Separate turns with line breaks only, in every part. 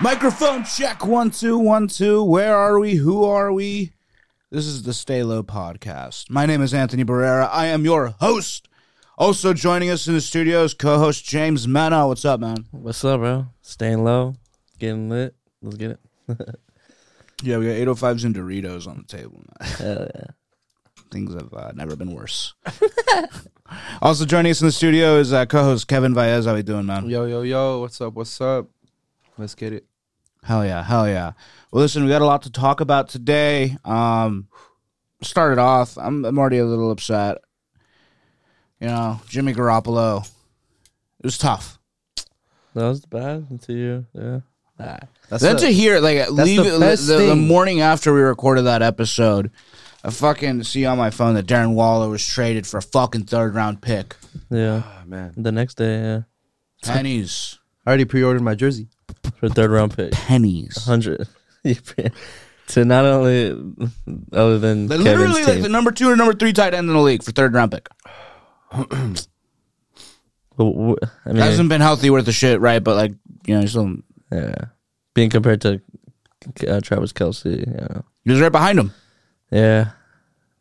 Microphone check one two one two. Where are we? Who are we? This is the Stay Low podcast. My name is Anthony Barrera. I am your host. Also joining us in the studio is co-host James Mena. What's up, man?
What's up, bro? Staying low, getting lit. Let's get it.
Yeah, we got 805s and Doritos on the table. man.
Hell yeah.
Things have uh, never been worse. also joining us in the studio is uh, co-host Kevin Baez. How we doing, man?
Yo, yo, yo, what's up? What's up? Let's get it.
Hell yeah, hell yeah. Well, listen, we got a lot to talk about today. Um, started off, I'm, I'm already a little upset. You know, Jimmy Garoppolo. It was tough.
That was bad until you. Yeah. Nah.
That's then to hear, like, leave
the
the,
best
the, the
thing.
morning after we recorded that episode, I fucking see on my phone that Darren Waller was traded for a fucking third round pick.
Yeah.
Ah, man.
The next day, yeah.
Pennies.
I already pre ordered my jersey.
For third round pick,
Pennies.
100. Yeah, man. to not only other than
They're
Kevin's
literally like
team.
the number two or number three tight end in the league for third round pick.
W- w- I mean,
Hasn't been healthy worth a shit, right? But like, you know, he's still
yeah. Being compared to uh, Travis Kelsey, you know.
he was right behind him.
Yeah.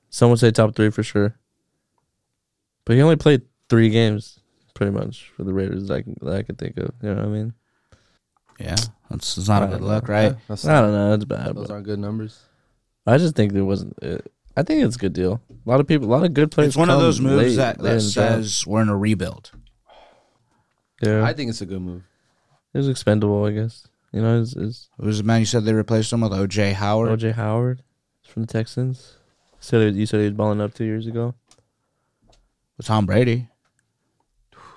Some would say top three for sure. But he only played three games, pretty much, for the Raiders that I, can, that I could think of. You know what I mean?
Yeah, that's, that's not a good look, right?
That's
I don't know. It's bad.
those
But
aren't good numbers.
I just think there wasn't. It, I think it's a good deal. A lot of people, a lot of good players.
It's one of
come
those moves
late,
that,
late in
that
the draft.
says we're in a rebuild.
yeah,
I think it's a good move.
it was expendable. I guess you know, is is
It was the man you said they replaced him with OJ Howard.
OJ Howard from the Texans? Said he- you said he was balling up two years ago,
with Tom Brady,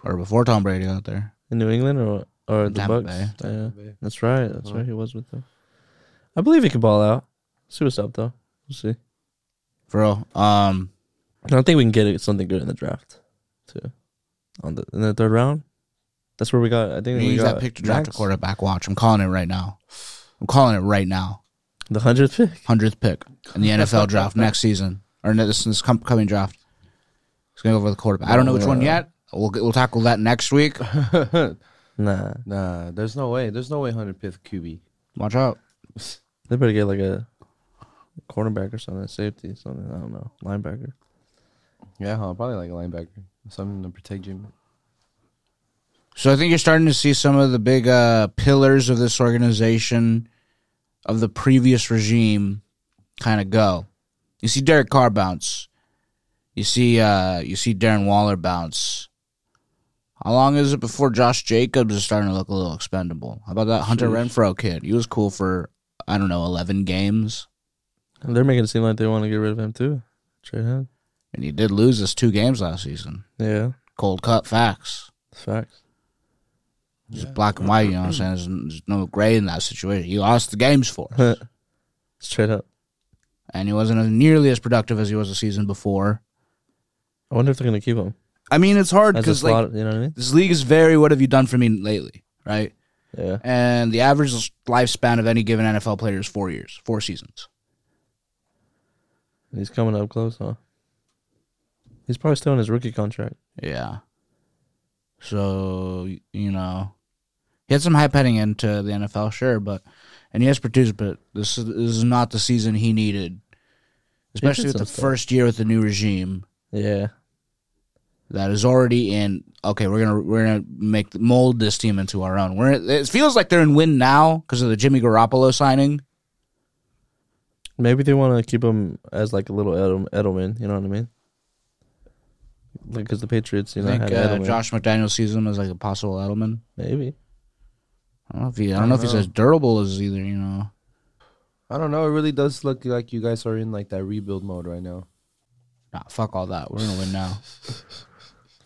or before Tom Brady got there.
in New England or what? or the
Tampa
Bucks.
Bay.
Yeah,
Bay.
that's right. That's
Huh.
right. He was with them. I believe he could ball out. See what's up though. We'll see.
For real. Um,
I don't think we can get something good in the draft too. On the in the third round, that's where we got. I
you
think we
use
got
that pick to draft a
Max,
quarterback. Watch, I'm calling it right now. I'm calling it right now.
The hundredth pick.
Hundredth pick in the NFL draft next season, or no, this this com- coming draft. It's gonna go for the quarterback. I don't know which one
Yeah.
yet. We'll we'll tackle that next week.
Nah,
nah, there's no way. There's no way 100 pith QB.
Watch out.
They better get like a cornerback or something, safety, something. I don't know, linebacker.
Yeah, huh? Probably like a linebacker. Something to protect Jimmy.
So I think you're starting to see some of the big uh, pillars of this organization, of the previous regime, kind of go. You see Derek Carr bounce. You see, uh, you see Darren Waller bounce. How long is it before Josh Jacobs is starting to look a little expendable? How about that Hunter
Sheesh.
Renfro kid? He was cool for I don't know eleven games,
And they're making it seem like they want to get rid of him too. Trade him.
and he did lose us two games last season.
Yeah,
Cold cut facts.
facts.
It's black and white. You know what I'm saying? There's, there's no gray in that situation. He lost the games for us.
Straight up.
and he wasn't as nearly as productive as he was the season before.
I wonder if they're gonna keep him
I mean, it's hard
as a
because like
slot. you know what I mean?
this league is very what have you done for me lately, right?
Yeah,
And the average lifespan of any given NFL player is four years, four seasons.
he's coming up close, huh? He's probably still in his rookie contract.
Yeah. So you know, he had some hype heading into the NFL, sure, but and he has produced, but this is, this is not the season he needed, especially with
some
the
stuff.
first year with the new regime.
Yeah,
that is already in. Okay, we're gonna we're gonna make mold this team into our own. We're it feels like they're in win now because of the Jimmy Garoppolo signing.
maybe they want to keep him as like a little Edel- Edelman. You know what I mean? Like, cause the Patriots, you know,
I think
had
uh,
Edelman.
Josh McDaniel sees him as like a possible Edelman.
Maybe.
I don't know if he, I don't know if he's as durable as either. You know,
I don't know. It really does look like you guys are in like that rebuild mode right now.
nah, fuck all that. We're gonna win now.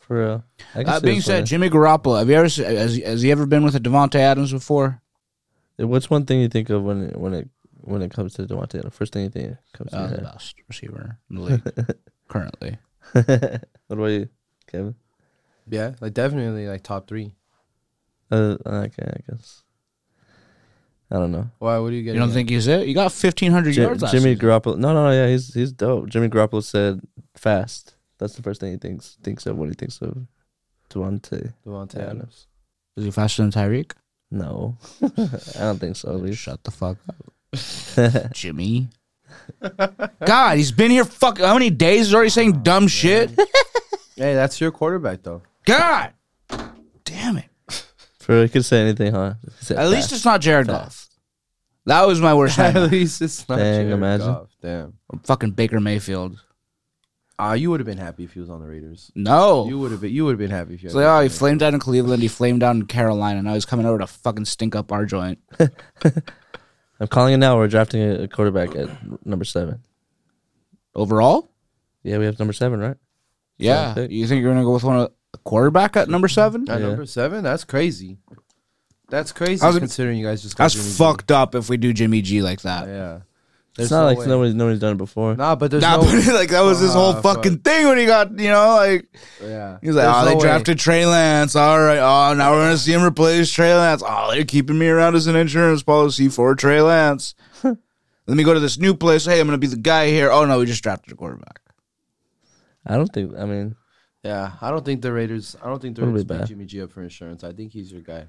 For real. I can
That
see
being
this
said,
one.
Jimmy Garoppolo, have you ever se- has, has he ever been with a Devonte Adams before?
What's one thing you think of when it, when it when it comes to Devontae? The first thing you think comes to
Uh,
your
the best receiver in the league currently.
head. what about you, Kevin?
Yeah, like definitely like top three.
Uh, okay, I guess. I don't know.
Why? What do you get?
You don't think he's it? You got fifteen hundred
Jim,
yards. Last
Jimmy
season.
Garoppolo. No, no, no. Yeah, he's he's dope. Jimmy Garoppolo said fast. That's the first thing he thinks thinks of when he thinks of Devontae
Devontae
Yeah, I know.
Adams.
is he faster than Tyreek?
No, I don't think so. At least.
Shut the fuck up, Jimmy. God, he's been here. Fuck, how many days? He's already
Oh,
saying dumb shit.
Hey, that's your quarterback though.
God, damn it.
For he could say anything, huh? Say
At least
fast.
it's not Jared Goff. That was my worst
At
nightmare.
least it's not.
Dang,
Jared
imagine.
Goff. Damn.
Fucking Baker Mayfield.
Ah, you would have been happy if he was on the Raiders.
No.
You would have been. You would have been happy if you.
It's like, oh, he flamed out in Cleveland. He flamed out in Carolina. Now he's coming over to fucking stink up our joint.
I'm calling it now. We're drafting a a quarterback at number seven.
Overall?
Yeah, we have number seven, right?
Yeah.
Seven pick.
You think you're going to go with one of a quarterback at number seven?
At
Yeah.
number seven, that's crazy. That's crazy.
I was-
considering you guys just. got
That's
Jimmy G.
fucked up if we do Jimmy G like that.
Yeah.
it's not like
way.
nobody's nobody's done it before.
Nah, but there's
Nah,
no.
but, like that was his whole
Ah,
fucking thing when he got, you know, like
yeah.
he was like,
There's
"Oh,
no
they
way.
drafted Trey Lance. All right, oh, now we're gonna see him replace Trey Lance. Oh, they're keeping me around as an insurance policy for Trey Lance. Let me go to this new place. Hey, I'm gonna be the guy here. Oh no, we just drafted a quarterback.
I don't think. I mean,
Yeah, I don't think the Raiders. I don't think the
Wouldn't be
Raiders pick
bad.
Jimmy G up for insurance. I think he's your guy.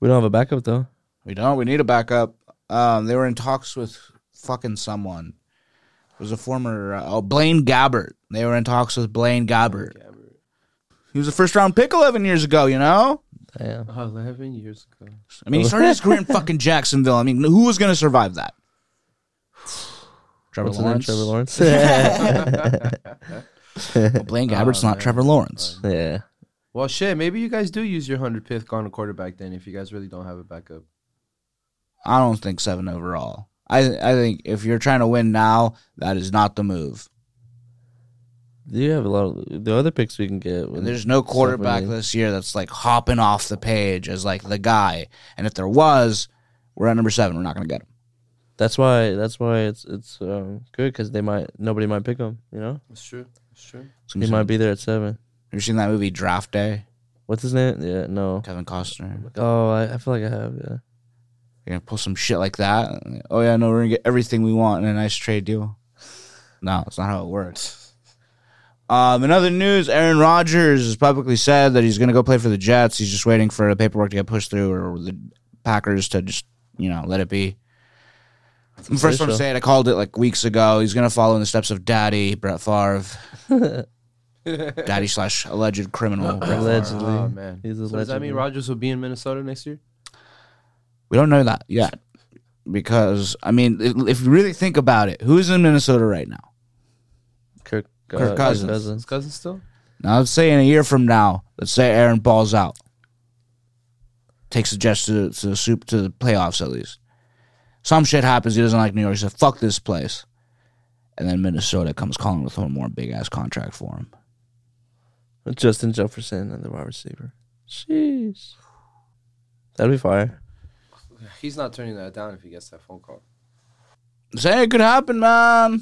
we don't have a backup though.
We don't. We need a backup. Um, they were in talks with fucking someone. It was a former uh, oh Blaine Gabbert. They were in talks with Blaine Gabbert. He was a first round pick 11 years ago. You know.
Damn.
Eleven years ago.
I mean, he started his career in fucking Jacksonville. I mean, who was going to survive that? Trevor
What's his name?
Lawrence.
Trevor Lawrence. yeah.
Well, Blaine Gabbert's not
man.
Trevor Lawrence.
Well, shit. Maybe you guys do use your hundred pick on a quarterback then, if you guys really don't have a backup.
I don't think seven overall. I I think if you're trying to win now, that is not the move.
You have a lot of the other picks we can get.
And there's no quarterback
Mm, Definitely.
this year that's like hopping off the page as like the guy. And if there was, we're at number seven. We're not going to get him.
That's why. That's why it's it's um, good because they might nobody might pick him. You know,
That's true. That's true.
he might be there at seven.
Have you seen that movie Draft Day?
What's his name? Yeah, no.
Kevin Costner.
Oh, I, I feel like I have. Yeah.
You're gonna pull some shit like that. Oh yeah, no, we're gonna get everything we want in a nice trade deal. No, that's not how it works. Um, in other news, Aaron Rodgers has publicly said that he's gonna go play for the Jets. He's just waiting for the paperwork to get pushed through, or the Packers to just you know let it be. I'm the first one to
official.
say it. I called it like weeks ago. He's gonna follow in the steps of Daddy Brett Favre, Daddy slash alleged criminal. Brett Favre.
Allegedly.
Oh man.
He's
so does that
allegedly.
mean Rogers will be in Minnesota next year?
We don't know that yet because I mean, if if you really think about it, who's in Minnesota right now?
Kirk. uh,
Kirk Cousins.
His cousin still?
Now let's say in a year from now, let's say Aaron balls out, takes the Jets to, to the soup to the playoffs at least. Some shit happens. He doesn't like New York. He said, "Fuck this place," and then Minnesota comes calling with one more big ass contract for him.
Justin Jefferson and the wide receiver. Jeez. That'd be fire.
He's not turning that down if he gets that phone call.
Say it could happen, man.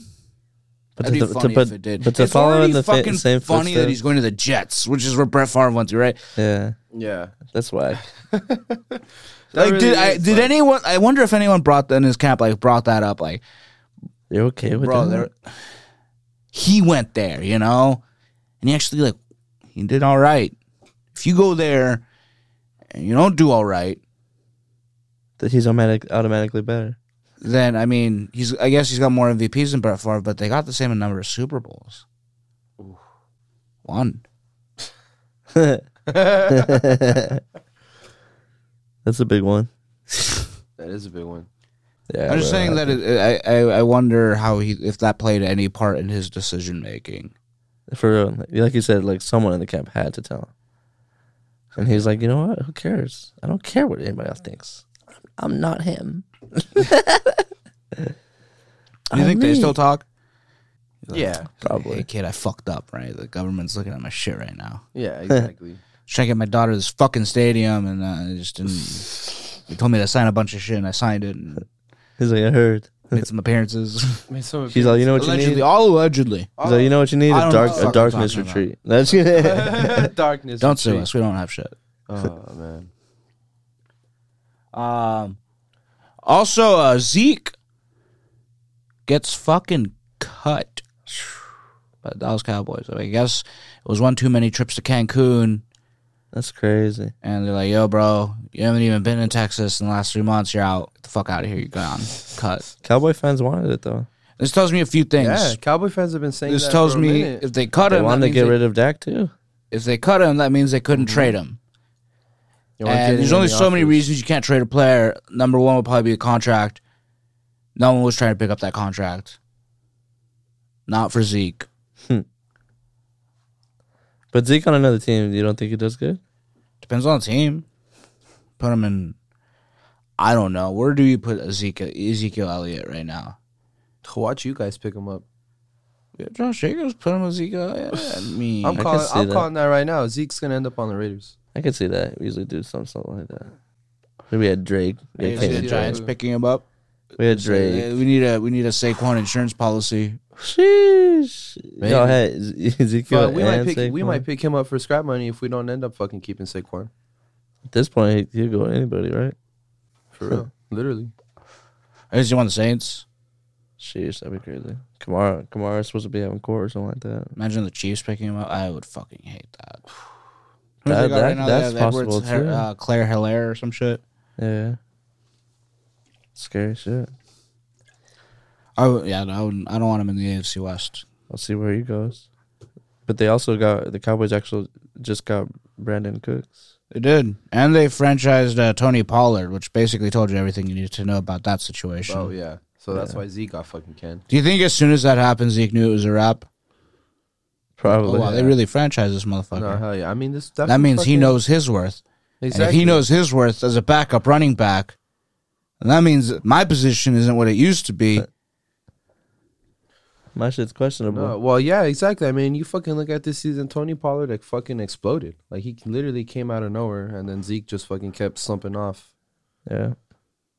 But
That'd
to,
be
to-
funny
but,
if it did.
but to
it's
follow in
already
the fa-
fucking
same
funny that he's
footsteps.
going to the Jets, which is where Brett Favre went to, right?
Yeah,
Yeah.
that's why.
like, did I, did anyone? I wonder if anyone brought that in his camp, like brought that up, like.
You're okay with
bro,
that?
there- he went there, you know, and he actually like he did all right. If you go there and you don't do all right,
That he's automatic, automatically better.
then I mean, he's I guess he's got more MVPs than Brett Favre, but they got the same number of Super Bowls. One.
that's a big one.
That is a big one.
Yeah,
I'm just
bro,
saying
I
that
think-
it, I I I wonder how he if that played any part in his decision making.
for real, like- like you said, like someone in the camp had to tell him, and he's like, you know what? Who cares? I don't care what anybody else thinks. I'm not him.
Do you
I
think they
mean-
still talk?
Yeah.
Hey
Probably.
kid, I fucked up. Right, the government's looking at my shit right now.
Yeah, exactly.
trying to get my daughter this fucking stadium, and uh, I just didn't. They told me to sign a bunch of shit, and I signed it and
He's like, I heard.
made some appearances.
Man, some of
She's like, you know what you
allegedly,
need.
all allegedly.
He's like, you know what you need?
I
A
don't
dark,
know what
a
I'm
darkness
talking about.
retreat. That's it.
darkness.
Don't sue
retreat.
us. We don't have shit.
Oh man.
Um. Also, uh, Zeke gets fucking cut by the Dallas Cowboys. So I guess it was one too many trips to Cancun.
That's crazy.
and they're like, "Yo, bro, you haven't even been in Texas in the last three months. You're out. Get the fuck out of here. You're gone. Cut."
Cowboy fans wanted it though.
This tells me a few things.
Yeah, Cowboy fans have been saying
this
that
tells
for a
me
minute.
if they cut
They
him, that
wanted to
means
get
they-
rid of Dak too.
if they cut him, that means they couldn't trade him.
You wanna get
And there's
him in
only
the
so many
office.
reasons you can't trade a player. Number one would probably be a contract. No one was trying to pick up that contract. Not for Zeke.
But Zeke on another team, you don't think he does good?
Depends on the team. Put him in. I don't know. Where do you put Ezekiel, Ezekiel Elliott right now?
Watch you guys pick him up.
Yeah, Josh Jacobs put him with Ezekiel. Elliott. I mean,
I'm
can
calling.
see
I'm
that.
calling that right now. Zeke's gonna end up on the Raiders.
I could see that. We usually do something, something like that. Maybe we had Drake.
I
We
can
had,
see
yeah,
the
Kenyon
yeah.
Giants
Drake.
picking him up.
We had
Uh,
Drake.
We need a we need a Saquon insurance policy.
Sheesh.
Maybe.
Y'all had Ez- Ezekiel.
But we might
and
pick. We
Saquon.
might pick him up for scrap money if we don't end up fucking keeping Saquon.
At this point, you go with anybody, right?
For real,
Oh,
literally.
Is he on the Saints?
Sheesh, that'd be crazy. Kamara, Kamara's supposed to be having court or something like that.
Imagine the Chiefs picking him up. I would fucking hate that. Who's
That-
they got
that-
right now? They
that's
have Edwards,
possible,
Her-
too.
uh, Claire Hilaire or some shit.
Yeah. Scary shit.
I would, yeah, no, I, wouldn't, I don't want him in the AFC West.
I'll see where he goes. But they also got the Cowboys. Actually, just got Brandon Cooks.
They did, and they franchised uh, Tony Pollard, which basically told you everything you needed to know about that situation.
Oh yeah. So that's why Zeke got fucking canned.
Do you think as soon as that happened, Zeke knew it was a wrap?
Probably.
Oh wow, they really franchised this motherfucker.
No hell yeah. I mean this.
that means he
fucking-
knows his worth.
Exactly.
And if he knows his worth as a backup running back, and that means that my position isn't what it used to be.
My shit's questionable.
No, well, yeah, exactly. I mean, you fucking look at this season. Tony Pollard like fucking exploded. Like he literally came out of nowhere, and then Zeke just fucking kept slumping off.
Yeah.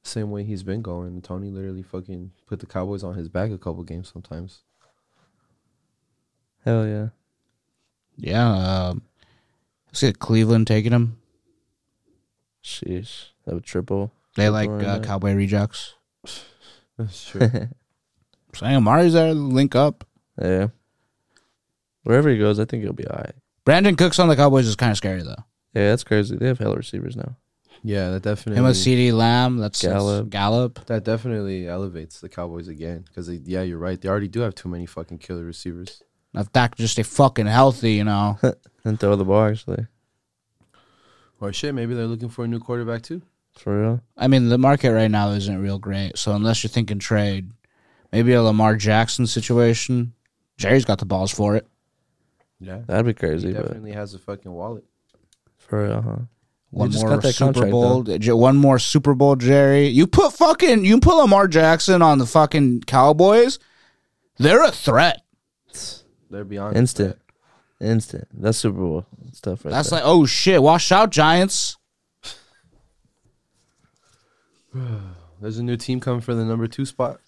Same way he's been going. Tony literally fucking put the Cowboys on his back a couple games sometimes.
Hell yeah.
Yeah, um, let's get Cleveland taking him.
Sheesh. That would triple.
They like
Triple
uh,
right.
cowboy rejects.
That's true.
Saying Amari's there, link up.
Yeah. Wherever he goes, I think he'll be all right.
Brandon Cooks on the Cowboys is kind of scary though.
Yeah, that's crazy. They have hell receivers now.
yeah, that definitely.
Him with CD Lamb, that's Gallup.
Gallup.
Gallup.
That definitely elevates the Cowboys again because yeah, you're right. They already do have too many fucking killer receivers.
Now, If Dak could just stay fucking healthy, you know.
And throw the ball, actually.
Or shit, maybe they're looking for a new quarterback too.
For real.
I mean, the market right now isn't real great. So unless you're thinking trade, maybe a Lamar Jackson situation. Jerry's got the balls for it.
Yeah,
That'd be crazy,
he
but
definitely has a fucking wallet.
for real, huh?
One
just
more
got that
Super
contract,
Bowl, J- one more Super Bowl, Jerry. You put fucking, you put Lamar Jackson on the fucking Cowboys. They're a threat.
They're beyond
Instant. Instant. That's Super Bowl stuff right
That's
there.
like, oh shit, wash out Giants.
There's a new team coming for the number two spot.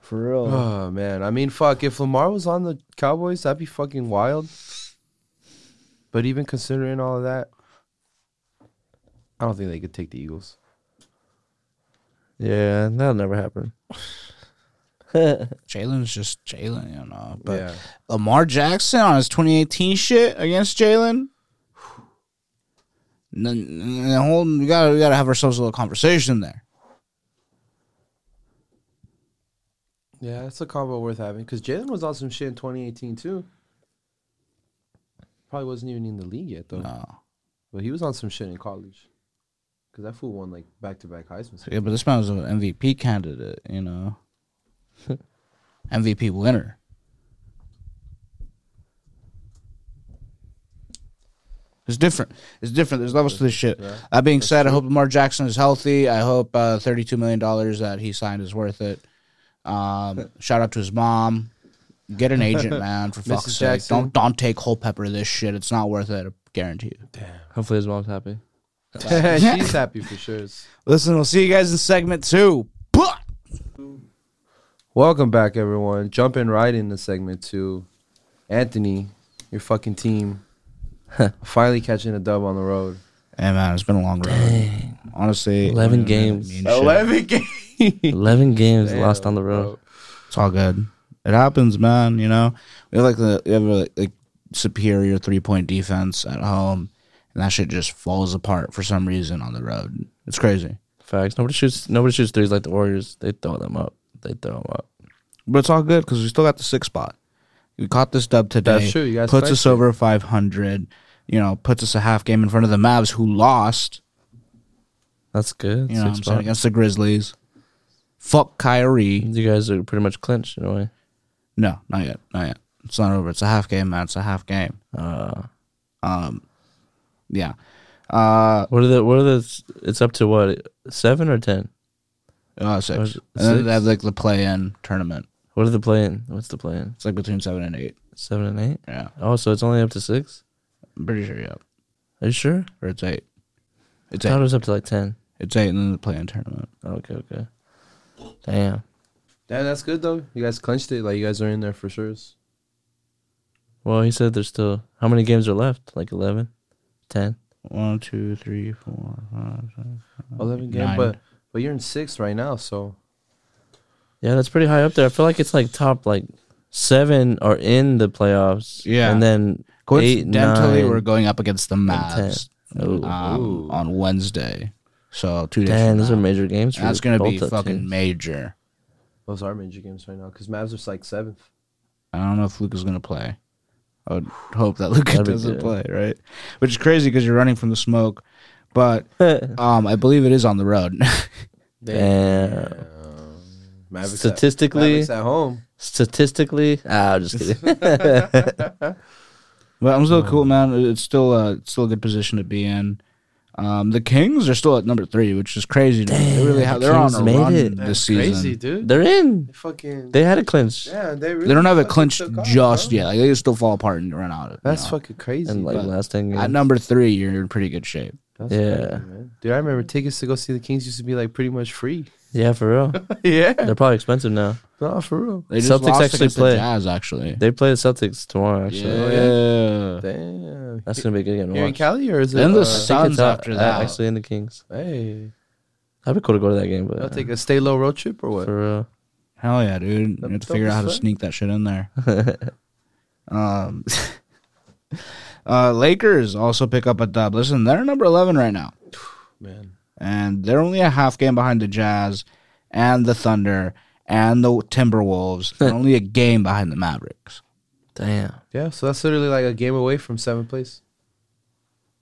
for real.
Oh man, I mean, fuck. If Lamar was on the Cowboys, that'd be fucking wild. But even considering all of that, I don't think they could take the Eagles.
Yeah, that'll never happen.
Jalen's just Jalen, you know. But
yeah,
Lamar Jackson on his 2018 shit against Jalen. N- n- n- Hold, we gotta we gotta have ourselves a little conversation there.
yeah, that's a combo worth having because Jalen was on some shit in 2018 too. Probably wasn't even in the league yet though,
No.
but he was on some shit in college. Cause that fool won like back to back Heisman.
Yeah, but this man was an MVP candidate, you know. MVP winner. It's different. It's different. There's levels to this shit.
Yeah.
That being said, I hope Lamar Jackson is healthy. I hope uh, $32 million that he signed is worth it. Um, shout out to his mom. Get an agent, man, for fuck's
Mrs.
sake.
Jackson.
Don't don't take whole pepper this shit. It's not worth it, I guarantee you.
Hopefully his mom's happy.
She's happy for sure.
Listen, we'll see you guys in segment two. But
Welcome back, everyone. Jumping right into segment two. Anthony, your fucking team finally catching a dub on the road.
Hey man, it's been a long road. Honestly,
11
I mean,
games.
shit.
Eleven games
Damn,
lost on the road.
It's all good. It happens, man. You know, we have like the we have like, like superior three point defense at home, and that shit just falls apart for some reason on the road. It's crazy,
Facts. Nobody shoots. Nobody shoots threes like the Warriors. They throw them up. They throw them up.
but it's all good because we still got the sixth spot. We caught this dub today.
That's true. You guys
puts
fixed
us
it.
over 500. You know, puts us a half game in front of the Mavs, who lost.
That's good.
You know, what I'm
Six
saying
spots.
against the Grizzlies. Fuck Kyrie.
You guys are pretty much clinched in a way.
No, not yet. Not yet. It's not over. It's a half game, man. It's a half game. um,
Uh,
Yeah. Uh,
what are the? What are the? It's up to what? Seven or ten?
uh
Or
six.
is it
And then they
six?
have like the play-in tournament.
What are the playing? What's the playing?
It's like between seven and eight.
Seven and eight.
Yeah,
Oh, so it's only up to six.
I'm pretty sure. Yeah,
Are you sure?
or it's eight. It's
I thought
eight.
it was up to like ten.
It's eight, and then the play-in tournament.
Okay, okay. Damn.
Yeah, that's good though. You guys clinched it. Like you guys are in there for sure.
Well, he said there's still how many games are left? Like 11? 10?
One, two, three, four, five, six.
Eleven game,
Nine.
but but you're in sixth right now. So
Yeah, that's pretty high up there. I feel like it's like top like seven are in the playoffs.
Yeah.
and then eight,
Coincidentally,
nine.
we're going up against the
ten.
Mavs
Ooh.
um, on Wednesday. So two days.
oh, Damn,
from
those
now.
are major games. For
That's gonna be
both the
fucking
teams.
major.
those are major games right now because Mavs are like seventh.
I don't know if Luca's gonna play. I would hope that Luca
That'd be
doesn't
good.
play, right? Which is crazy because you're running from the smoke. But um, I believe it is on the road.
Damn.
Um, Mavericks at-
Statistically,
Mavericks at home.
statistically, ah, I'm just kidding.
But I'm
Oh.
still cool, man. It's still a it's still a good position to be in. Um, the Kings are still at number three, which is crazy. to me. they really
Damn,
have,
the
they're on
Kings
a
made
run
it.
this season.
crazy, dude.
They're in.
They fucking
They had a clinch
yeah, they really
They don't have it
fucking
clinched
took off,
just
bro.
yet. Like they can still fall apart and run out.
That's fucking crazy.
in like
but-
last ten games.
at number three. You're in pretty good shape.
That's
Yeah.
crazy, man. Dude, I remember tickets to go see the Kings used to be like pretty much free.
Yeah, for real.
yeah.
They're probably expensive now.
No, for real.
They just
Celtics
lost
actually
against
play.
the Jazz. Actually,
They play the Celtics tomorrow. Actually,
yeah.
Damn.
that's gonna be a good game. To
Here in
watch.
Cali or is it?
And the
uh,
I think
Suns
it's out-
after
uh,
that.
actually in the Kings.
hey,
That'd be cool to go to that game, but
I'll take a stay low road trip or what?
for real.
Hell yeah, dude. You
That-
have to
that
figure out
was
how to
fun.
sneak that shit in there. um, uh, Lakers also pick up a dub. Listen, they're number 11 right now,
Man,
and they're only a half game behind the Jazz and the Thunder and the Timberwolves, and only a game behind the Mavericks.
Damn.
yeah. So that's literally like a game away from seventh place.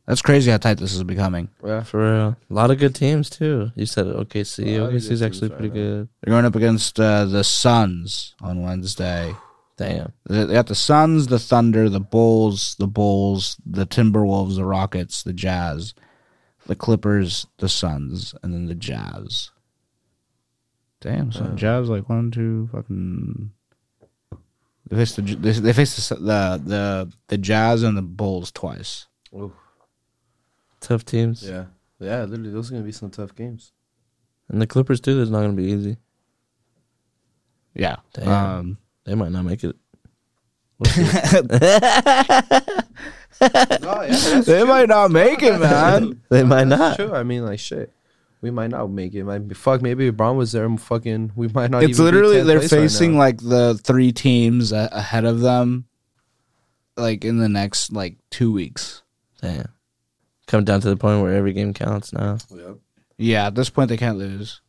That's crazy how tight this is becoming.
Yeah.
For real. A lot of good teams too. You said OKC.
A lot of good
OKC's actually
teams right
pretty
now.
good.
They're going up against uh, the Suns on Wednesday.
Damn.
They they got the Suns, the Thunder, the Bulls, the Bulls, the Timberwolves, the Rockets, the Jazz, the Clippers, the Suns, and then the Jazz. Damn, so Jazz like one, two, fucking. They faced the J- they, they faced the, Su- the the the Jazz and the Bulls twice.
Ooh.
Tough teams.
Yeah. Yeah. Literally, those are gonna be some tough games.
And the Clippers too, that's not gonna be easy.
Yeah,
Damn.
Um,
They might not make it.
oh, yeah. That's
they might not make it, man.
They might not.
true. I mean, like shit. We might not make it. Might be, fuck, maybe if Braun was there, and fucking, we might not.
it's
even be
literally
10th
they're
place right
facing
now.
like the three teams a- ahead of them, like in the next like two weeks.
Damn. Come down to the point where every game counts now.
Yep.
Yeah, at this point they can't lose.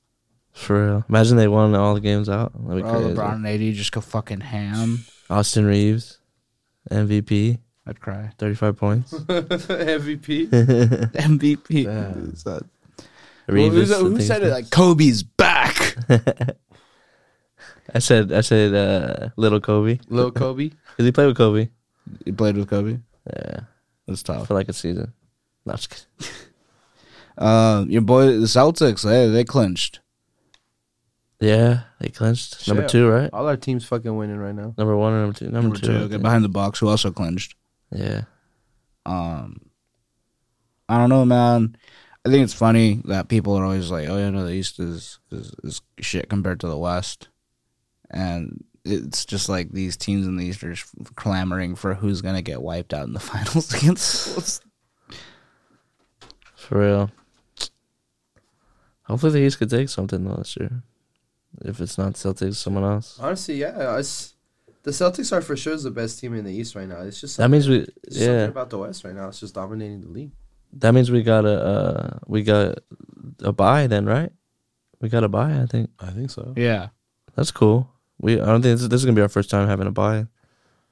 For real. Imagine they won all the games out. That'd be
Bro,
crazy.
LeBron and AD just go fucking ham.
Austin Reeves, MVP,
I'd cry.
thirty five points.
MVP.
MVP.
Damn.
Is that- Well,
Reeves,
who's-
I
who
think
said
his
it? Like Kobe's back.
I said I said uh, little Kobe.
Little Kobe.
Did he play with Kobe?
he played with Kobe.
Yeah,
That's tough.
for like a season. No, I'm just kidding.
Um, your boy, the Celtics. Hey, they clinched.
Yeah, they clinched number
Shit.
two, right?
All our teams fucking winning right now.
Number one or number two? Number,
Number
two.
two,
I
get
think.
behind the box, who also clinched.
Yeah,
Um, I don't know, man. I think it's funny that people are always like, "Oh yeah, no, the East is is, is shit compared to the West," and it's just like these teams in the East are just clamoring for who's gonna get wiped out in the finals against.
for real. Hopefully the East could take something though this year. If it's not Celtics, someone else.
Honestly, yeah, it's The Celtics are for sure the best team in the East right now. It's just
That
something,
means we
it's just something
yeah.
about the West right now. It's just dominating the league.
That means we got a uh, we got a buy then, right? We got a buy. I think
I think so.
Yeah.
that's cool. We I don't think this, this is gonna be our first time having a buy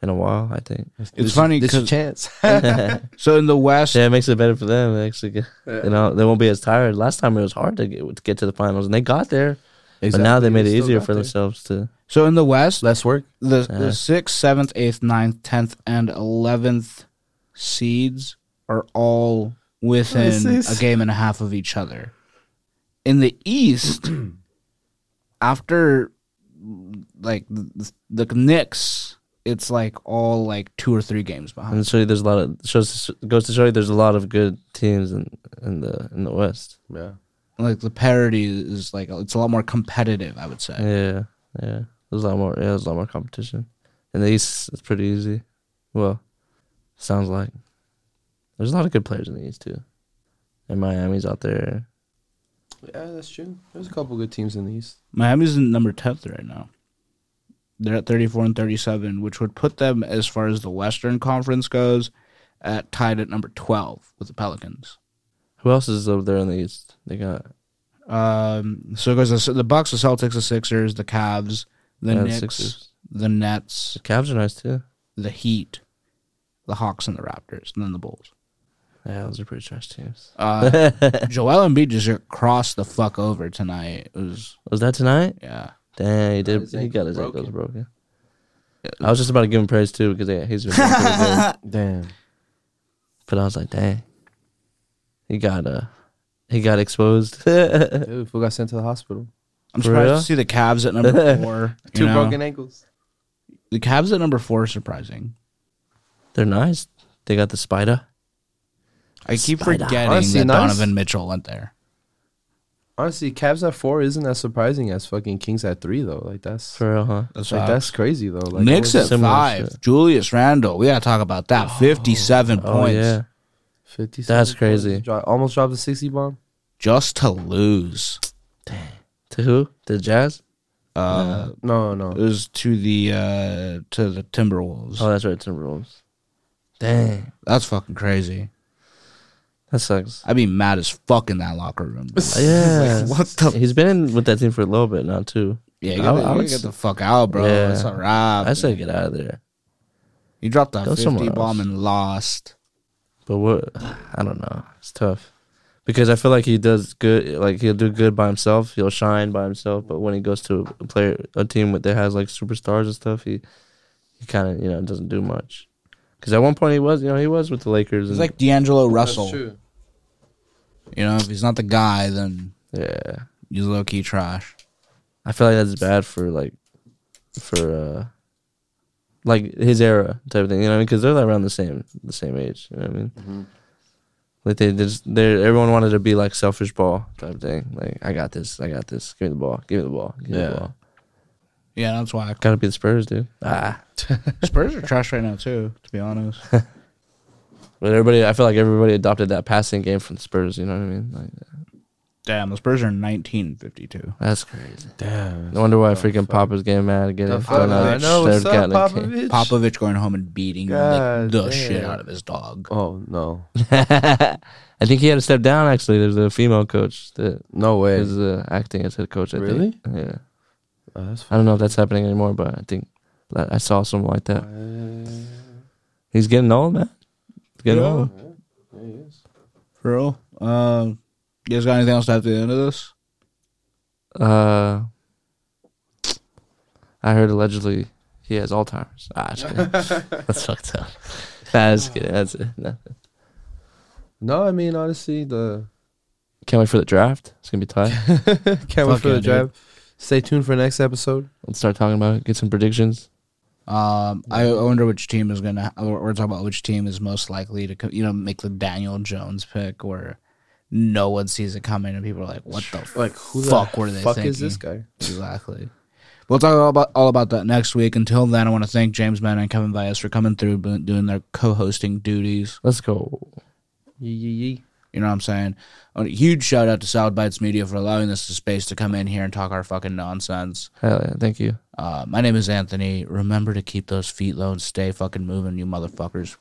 in a while. I think.
It's funny
This your
'cause-
chance.
yeah,
So in the West,
it makes it better for them. They Actually, get- you know they won't be as tired. Last time it was hard to get, to get to the finals, and they got there. But now they made it easier for themselves to.
so in the West,
Less work.
the
Yeah.
the sixth, seventh, eighth, ninth, tenth, and eleventh seeds are all within
This
a
is-
game and a half of each other. In the East, after like the, the Knicks, it's like all like two or three games behind.
And show you there's a lot of shows goes to show you there's a lot of good teams in in the in the West.
Yeah.
Like the parity is like it's a lot more competitive. I would say.
Yeah, yeah. There's a lot more. Yeah, there's a lot more competition. In the East, it's pretty easy. Well, sounds like there's a lot of good players in the East too. And Miami's out there.
Yeah, that's true. There's a couple good teams in the East.
Miami's in number 10th right now. They're at 34 and 37, which would put them, as far as the Western Conference goes, at tied at number 12 with the Pelicans.
Who else is over there in the East? They got
Um, so it goes the, the Bucks, the Celtics, the Sixers, the Cavs, the
yeah,
Knicks,
Sixers.
the Nets,
The Cavs are nice too.
the Heat, the Hawks, and the Raptors, and then the Bulls.
Yeah, those are pretty trash teams.
Uh, Joel Embiid just got crossed the fuck over tonight. It was
Was that tonight?
yeah.
Dang, he did.
his
he
ankle
got his
broken.
ankles broken. I was just about to give him praise too because yeah, he's been playing pretty good.
Damn.
But I was like, dang, he got uh, he got exposed.
Dude, who got sent to the hospital?
I'm
For
surprised
real?
to see the Cavs at number four. you
Two
know?
broken ankles.
The Cavs at number four is surprising.
They're nice. They got the spider.
I keep
Spider.
forgetting
Honestly,
that
nice.
Donovan Mitchell went there.
Honestly, Cavs at four isn't as surprising as fucking Kings at three though. Like that's
For real, huh?
That's
like
odd.
that's crazy though. Like
Knicks
I
at
was-
similar
five.
shit.
Julius Randle. We gotta talk about that. Fifty-seven
Oh
points
yeah,
57
That's
points,
crazy.
dro- almost dropped the sixty bomb.
just to lose.
to who? The Jazz?
Uh,
No,
It
no.
was to the uh, to the Timberwolves.
Oh, that's right, Timberwolves. Dang,
That's fucking crazy.
that sucks.
I'd be mad as fuck in that locker room. bro.
Yeah,
what the?
He's been in with that team for a little bit now too.
Yeah, you
I-
gotta,
I
you
would
gotta
s-
get the fuck out, bro.
Yeah.
It's all right.
I say get out of there.
you dropped that
Go somewhere
fifty bomb and lost.
But what? I don't know. It's tough because I feel like he does good. Like he'll do good by himself. He'll shine by himself. But when he goes to a player, a team with- that has like superstars and stuff, he he kind of you know doesn't do much. Because at one point he was, you know, he was with the Lakers.
It's
And,
like D'Angelo Russell.
That's true.
You know, if he's not the guy, then
yeah,
he's low key trash.
I feel like that's bad for like for uh like his era type of thing. You know, what I mean, because they're like around the same the same age. You know what I mean?
Mm-hmm.
Like they they just they everyone wanted to be like selfish ball type thing. Like I got this, I got this. Give me the ball, give me the ball, give me
Yeah.
the ball.
Yeah, that's why.
Gotta be the Spurs, dude. Ah,
Spurs are trash right now too. To be honest.
but everybody, I feel like everybody adopted that passing game from the Spurs. You know what I mean? Like
Damn, the Spurs are 1952.
that's crazy.
Damn.
No wonder why freaking Papa's getting mad and getting
The
thrown
fuck?
Popovich.
out.
I know
They're
what's up,
getting a kick.
Popovich.
Popovich going home and beating like,
God
the
damn.
shit out of his dog.
Oh no,
I think he had to step down. Actually, there's a female coach that
no way.
is uh, acting as head coach. I
Really?
Think. Yeah.
Oh, that's
I don't know if that's happening anymore, but I think that I saw something like that.
fine.
He's getting old, man. He's getting
Yeah.
old.
There he is.
For real? Um, you guys got anything else to add to the end of this?
Uh, I heard allegedly he has Alzheimer's. Ah, just kidding. that's fucked up. Nah, just kidding. That's it. No.
No, I mean honestly, the
Can't wait for the draft. It's gonna be tight.
can't wait
Fuck
for
yeah,
the
dude.
drive. Stay tuned for next episode.
Let's start talking about it. Get some predictions.
Um, I I wonder which team is gonna. We're we're talking about which team is most likely to, co- you know, make the Daniel Jones pick, where no one sees it coming, and people are like, "What the
Like who the
fuck were they E?
fuck
thinking?"
is this guy?
Exactly. We'll talk all about all about that next week. Until then, I want to thank James Mann and Kevin Vias for coming through, doing their co-hosting duties.
Let's go.
Yee yee yee.
You know what I'm saying? A huge shout out to Solid Bites Media for allowing us the space to come in here and talk our fucking nonsense.
Hell yeah, thank you.
Uh, my name is Anthony. Remember to keep those feet low and stay fucking moving, you motherfuckers.